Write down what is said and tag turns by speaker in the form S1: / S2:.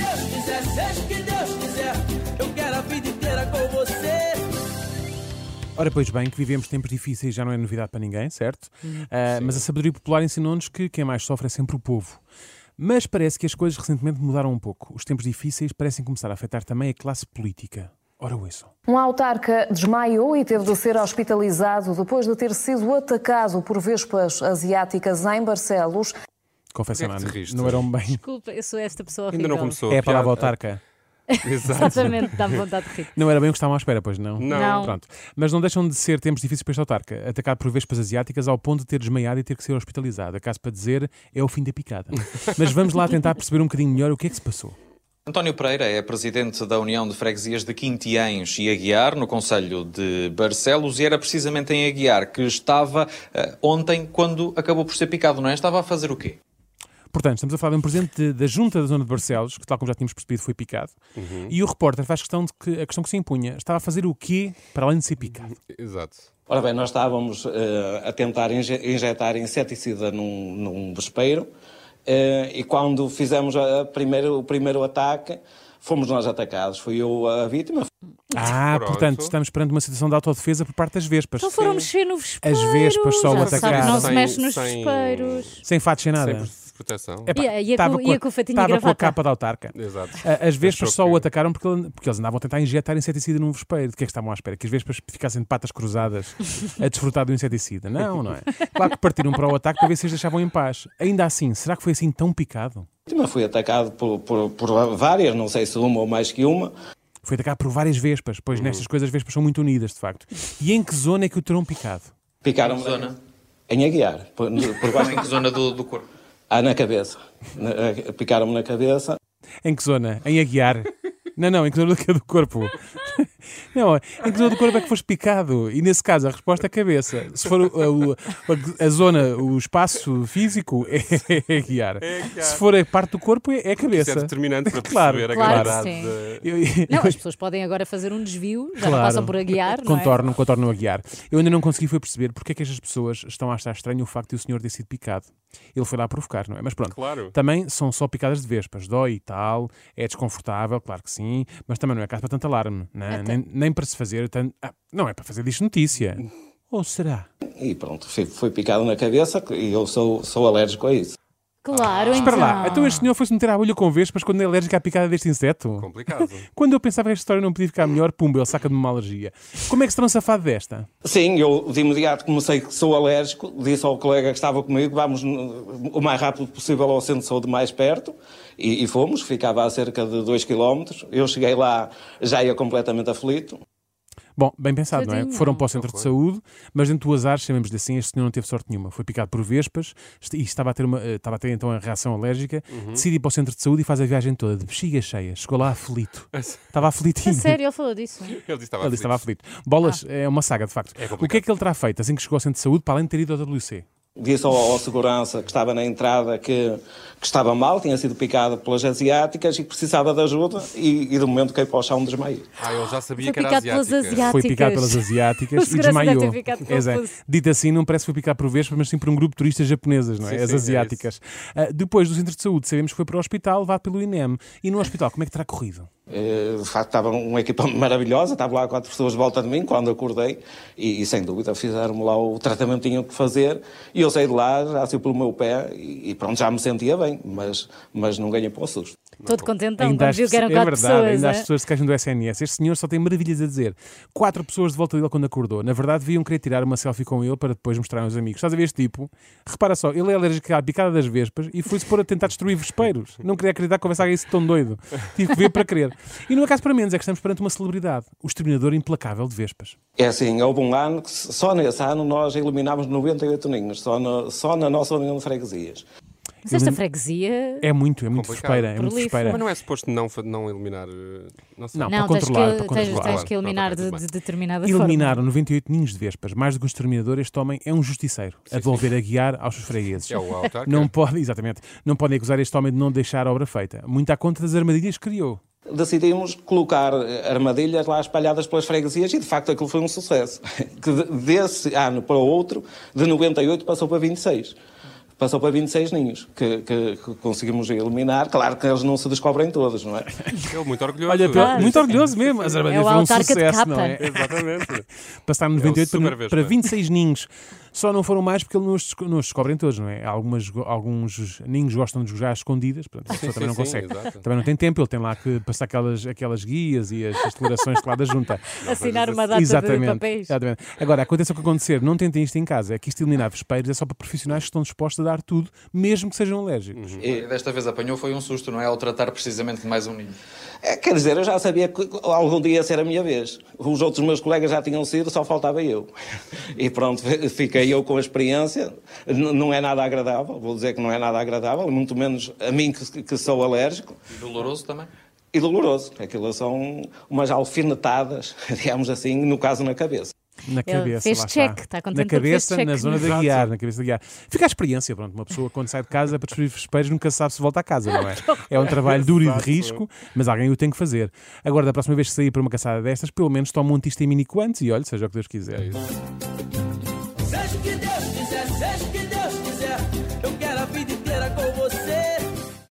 S1: Seja o que Deus quiser, eu quero a vida inteira com você.
S2: Ora, pois bem, que vivemos tempos difíceis já não é novidade para ninguém, certo?
S3: Hum,
S2: Ah, mas a sabedoria popular ensinou-nos que quem mais sofre é sempre o povo. Mas parece que as coisas recentemente mudaram um pouco. Os tempos difíceis parecem começar a afetar também a classe política. Ora, ouçam.
S4: Um autarca desmaiou e teve de ser hospitalizado depois de ter sido atacado por vespas asiáticas em Barcelos.
S2: Confesso,
S3: Porquê é que te
S2: Ana,
S3: riste?
S2: não eram bem.
S5: Desculpa, eu sou esta pessoa
S3: Ainda
S5: horrível.
S3: não começou.
S2: É a palavra
S3: piada.
S2: autarca.
S3: Exato.
S5: Exatamente, dá-me vontade de rir.
S2: Não era bem o que estavam à espera, pois não?
S3: Não.
S5: Não.
S2: Pronto. Mas não deixam de ser tempos difíceis para este autarca. Atacado por vespas asiáticas ao ponto de ter desmaiado e ter que ser hospitalizado. Acaso para dizer, é o fim da picada. Mas vamos lá tentar perceber um bocadinho melhor o que é que se passou.
S6: António Pereira é presidente da União de Freguesias de Quintiães e Aguiar, no Conselho de Barcelos, e era precisamente em Aguiar que estava eh, ontem quando acabou por ser picado, não é? Estava a fazer o quê?
S2: Portanto, estamos a falar de um presidente de- da Junta da Zona de Barcelos, que, tal como já tínhamos percebido, foi picado.
S3: Uhum.
S2: E o repórter faz questão de que a questão que se impunha estava a fazer o quê para além de ser
S3: Uhum.
S2: picado?
S3: Exato.
S7: Ora bem, nós estávamos eh, a tentar inje injetar inseticida num, num vespeiro eh, e quando fizemos a- a primeiro- o primeiro ataque, fomos nós atacados. Fui eu a vítima,
S2: Ah,
S3: Pronto.
S2: portanto, estamos perante uma situação de autodefesa por parte das vespas.
S5: Então foram mexer no vespeiro.
S2: As vespas só o
S5: Já se sabe que Não se
S3: atacaram.
S5: mexe nos
S3: Sem-
S5: vespeiros.
S2: Sem fatos, sem nada.
S3: Sem proteção.
S2: Epá,
S5: E a- e a
S2: estava
S5: com- e a com o fatinho e
S2: estava com a
S5: gravata.
S2: capa da autarca.
S3: Exato.
S2: A- As vespas
S3: Achou
S2: só o
S3: que-
S2: atacaram porque, ele- porque eles andavam a tentar injetar inseticida num vespeiro. De que é que estavam à espera? Que as vespas ficassem de patas cruzadas a desfrutar do inseticida? Não, não é? Claro que partiram para o ataque para ver se os deixavam em paz. Ainda assim, será que foi assim tão picado?
S7: mas fui atacado por, por- por várias, não sei se uma ou mais que uma.
S2: Foi atacado por várias vespas, pois
S3: Uhum.
S2: nestas coisas as vespas são muito unidas, de facto. E em que zona é que o terão picado?
S7: Picaram
S6: Em que zona?
S7: em Aguiar, por, por
S6: Mas
S7: baixo,
S6: em que zona do, do corpo?
S7: ah, na cabeça. Na- eh, Picaram-me na cabeça.
S2: Em que zona? Em Aguiar? Não, não, em que zona do- do corpo? Não, em que zona do corpo é que foste picado? E nesse caso a resposta é cabeça. Se for o- o- a, a zona, o espaço físico, é Aguiar. Se for a parte do corpo, é, é a
S3: Isso
S2: cabeça.
S3: é determinante para
S2: Claro,
S3: perceber a
S5: claro que
S3: gravidade.
S5: sim.
S3: da-
S2: Eu-
S5: Não, as pessoas podem agora fazer um desvio, já
S2: Claro.
S5: não passam por a guiar, não é?
S2: Contorno, contorno a guiar. Eu ainda não consegui foi perceber porque é que estas pessoas estão a achar estranho o facto de o senhor ter sido picado. Ele foi lá provocar, não é? Mas pronto.
S3: Claro.
S2: Também são só picadas de vespas. Dói e tal, é desconfortável, claro que sim, mas também não é caso para tanto alarme, né? nem, nem para se fazer tanto. Ah, não é para fazer disto notícia. Ou será?
S7: E pronto, fui, fui picado na cabeça e eu sou, sou alérgico a isso.
S5: Claro, então.
S2: Espera lá, então este senhor foi-se meter à bolha com vespas quando é alérgico à picada deste inseto?
S3: Complicado.
S2: Quando eu pensava que esta história não podia ficar melhor, pumba, ele saca-me uma alergia. Como é que se terão safado desta?
S7: Sim, eu de imediato comecei que sou alérgico, disse ao colega que estava comigo, vamos no- o mais rápido possível ao centro de saúde mais perto, e, e fomos, ficava a cerca de 2 km. Eu cheguei lá, já ia completamente aflito.
S2: Bom, bem pensado, não é?
S5: Tadinho.
S2: Foram para o centro de saúde, mas dentro do azar, chamemos-lhe assim, este senhor não teve sorte nenhuma. Foi picado por vespas est- e estava a ter, uma, eh, estava a ter então a reação alérgica. Decide ir para o centro de saúde e faz a viagem toda de bexiga cheia. Chegou lá aflito. Estava
S5: A
S2: aflitinho.
S5: é sério, Ah. ele falou disso.
S3: Ele disse que estava
S2: Ele disse, estava aflito. Bolas é uma saga, de facto. o que é
S3: complicado.
S2: que ele terá feito assim que chegou ao centro de saúde, para além de ter ido ao WC?
S7: Disse ao, ao segurança que estava na entrada que, que estava mal, tinha sido picado pelas asiáticas e que precisava de ajuda, e, e de momento caí para o chão desmaiei.
S3: Ah, ele já sabia
S5: Foi
S3: que era
S5: picado pelas
S3: asiática.
S5: asiáticas.
S2: Foi picado pelas
S5: O
S2: asiáticas e
S5: segurança deve
S2: desmaiou.
S5: ter ficado
S2: Pois é.
S5: confuso.
S2: Dito assim, não parece que foi picado por vespas, mas sim por um grupo de turistas japonesas, não é?
S3: Sim,
S2: As
S3: sim, é
S2: asiáticas. Ah, depois do centro de saúde, sabemos que foi para o hospital, levado pelo INEM. E no hospital, como é que terá corrido?
S7: Eh, De facto, estava uma equipa maravilhosa, estava lá quatro pessoas de volta de mim quando acordei e, e, sem dúvida, fizeram-me lá o tratamento que tinham que fazer e eu saí de lá, já saiu pelo meu pé e, e pronto, já me sentia bem, mas, mas não ganhei para o susto.
S5: Todo contentão,
S2: Ainda
S5: quando
S2: as,
S5: viu que eram
S2: é
S5: quatro
S2: verdade,
S5: pessoas.
S2: ainda
S5: é?
S2: as pessoas se queixam do SNS. Este senhor só tem maravilhas a dizer. Quatro pessoas de volta dele quando acordou. Na verdade, deviam querer tirar uma selfie com ele para depois mostrar aos amigos. Estás a ver este tipo? Repara só, ele é alérgico à picada das vespas e foi-se pôr a tentar destruir vespeiros. Não queria acreditar que houvesse alguém assim tão doido. Tive que ver para crer. E não é caso para menos, é que estamos perante uma celebridade. O exterminador implacável de vespas.
S7: É assim, houve um ano que s- só nesse ano nós eliminámos 98 ninhos, só, no- só na nossa união de freguesias.
S5: Mas esta é. freguesia.
S2: É muito, é muito
S3: Complicado.
S2: vespeira. É muito
S5: Prolífero.
S2: vespeira.
S3: Mas não é suposto não, fa- não eliminar. eh, Não, sei.
S2: Não.
S5: Não,
S2: para
S5: tens que,
S2: controlar, para
S5: tens-
S2: controlar.
S5: tens que
S3: Claro,
S5: eliminar de,
S3: ok,
S5: de
S3: tudo
S5: determinada forma.
S2: Eliminaram 98 ninhos de vespas. Mais do que um exterminador, este homem é um justiceiro. a devolver a guiar aos seus fregueses.
S3: É o autarca.
S2: Não pode, exatamente, não podem acusar este homem de não deixar a obra feita. Muito à conta das armadilhas que criou.
S7: Decidimos colocar eh, armadilhas lá espalhadas pelas freguesias e, de facto, aquilo foi um sucesso. Que de- desse ano para o outro, de 98 passou para 26. passou para 26 ninhos, que, que- que conseguimos eliminar. Claro que eles não se descobrem todos, não é?
S3: Ele muito orgulhoso.
S2: Olha,
S3: Ele
S2: pelo- muito orgulhoso mesmo. A Azerbaijão
S5: É o
S2: foi um
S5: autarca de
S2: sucesso,
S5: capa.
S2: não é? Exatamente. Passar de 98
S3: É um super
S2: para,
S3: vespa.
S2: para 26 ninhos. Só não foram mais porque eles nos, nos descobrem todos, não é? Algumas, go- alguns ninhos gostam de jogar às escondidas, portanto, a pessoa também
S3: sim,
S2: não
S3: sim,
S2: consegue.
S3: exato.
S2: Também não tem tempo, ele tem lá que passar aquelas, aquelas guias e as, as declarações lá da junta.
S5: Assinar uma data de
S2: exatamente,
S5: papéis.
S2: exatamente. Agora, aconteça o que acontecer, não tentem isto em casa. É que isto eliminar vespeiros é só para profissionais que estão dispostos a dar tudo, mesmo que sejam alérgicos.
S6: E desta vez apanhou foi um susto, não é? Ao tratar precisamente de mais um ninho.
S7: É, Quer dizer, eu já sabia que algum dia ia ser a minha vez. Os outros meus colegas já tinham sido, só faltava eu. E pronto, fi- fiquei eu com a experiência. N- Não é nada agradável, vou dizer que não é nada agradável, muito menos a mim que, que sou alérgico.
S6: E doloroso também.
S7: E doloroso. Aquilo são umas alfinetadas, digamos assim, no caso na cabeça.
S2: Na
S5: Ele
S2: cabeça.
S5: fez
S2: lá
S5: check,
S2: está.
S5: está contente
S2: Na
S5: porque fez
S2: cabeça,
S5: check.
S2: na zona da
S5: Exato.
S2: guiar, na cabeça da guiar. Fica a experiência, pronto. Uma pessoa quando sai de casa para descobrir espelhos nunca sabe se volta a casa, não é? É um trabalho duro e de risco, mas alguém o tem que fazer. Agora, da próxima vez que sair para uma caçada destas, pelo menos toma um antistamínico antes e olha, seja o que Deus quiser.
S1: Seja o que Deus quiser, seja o que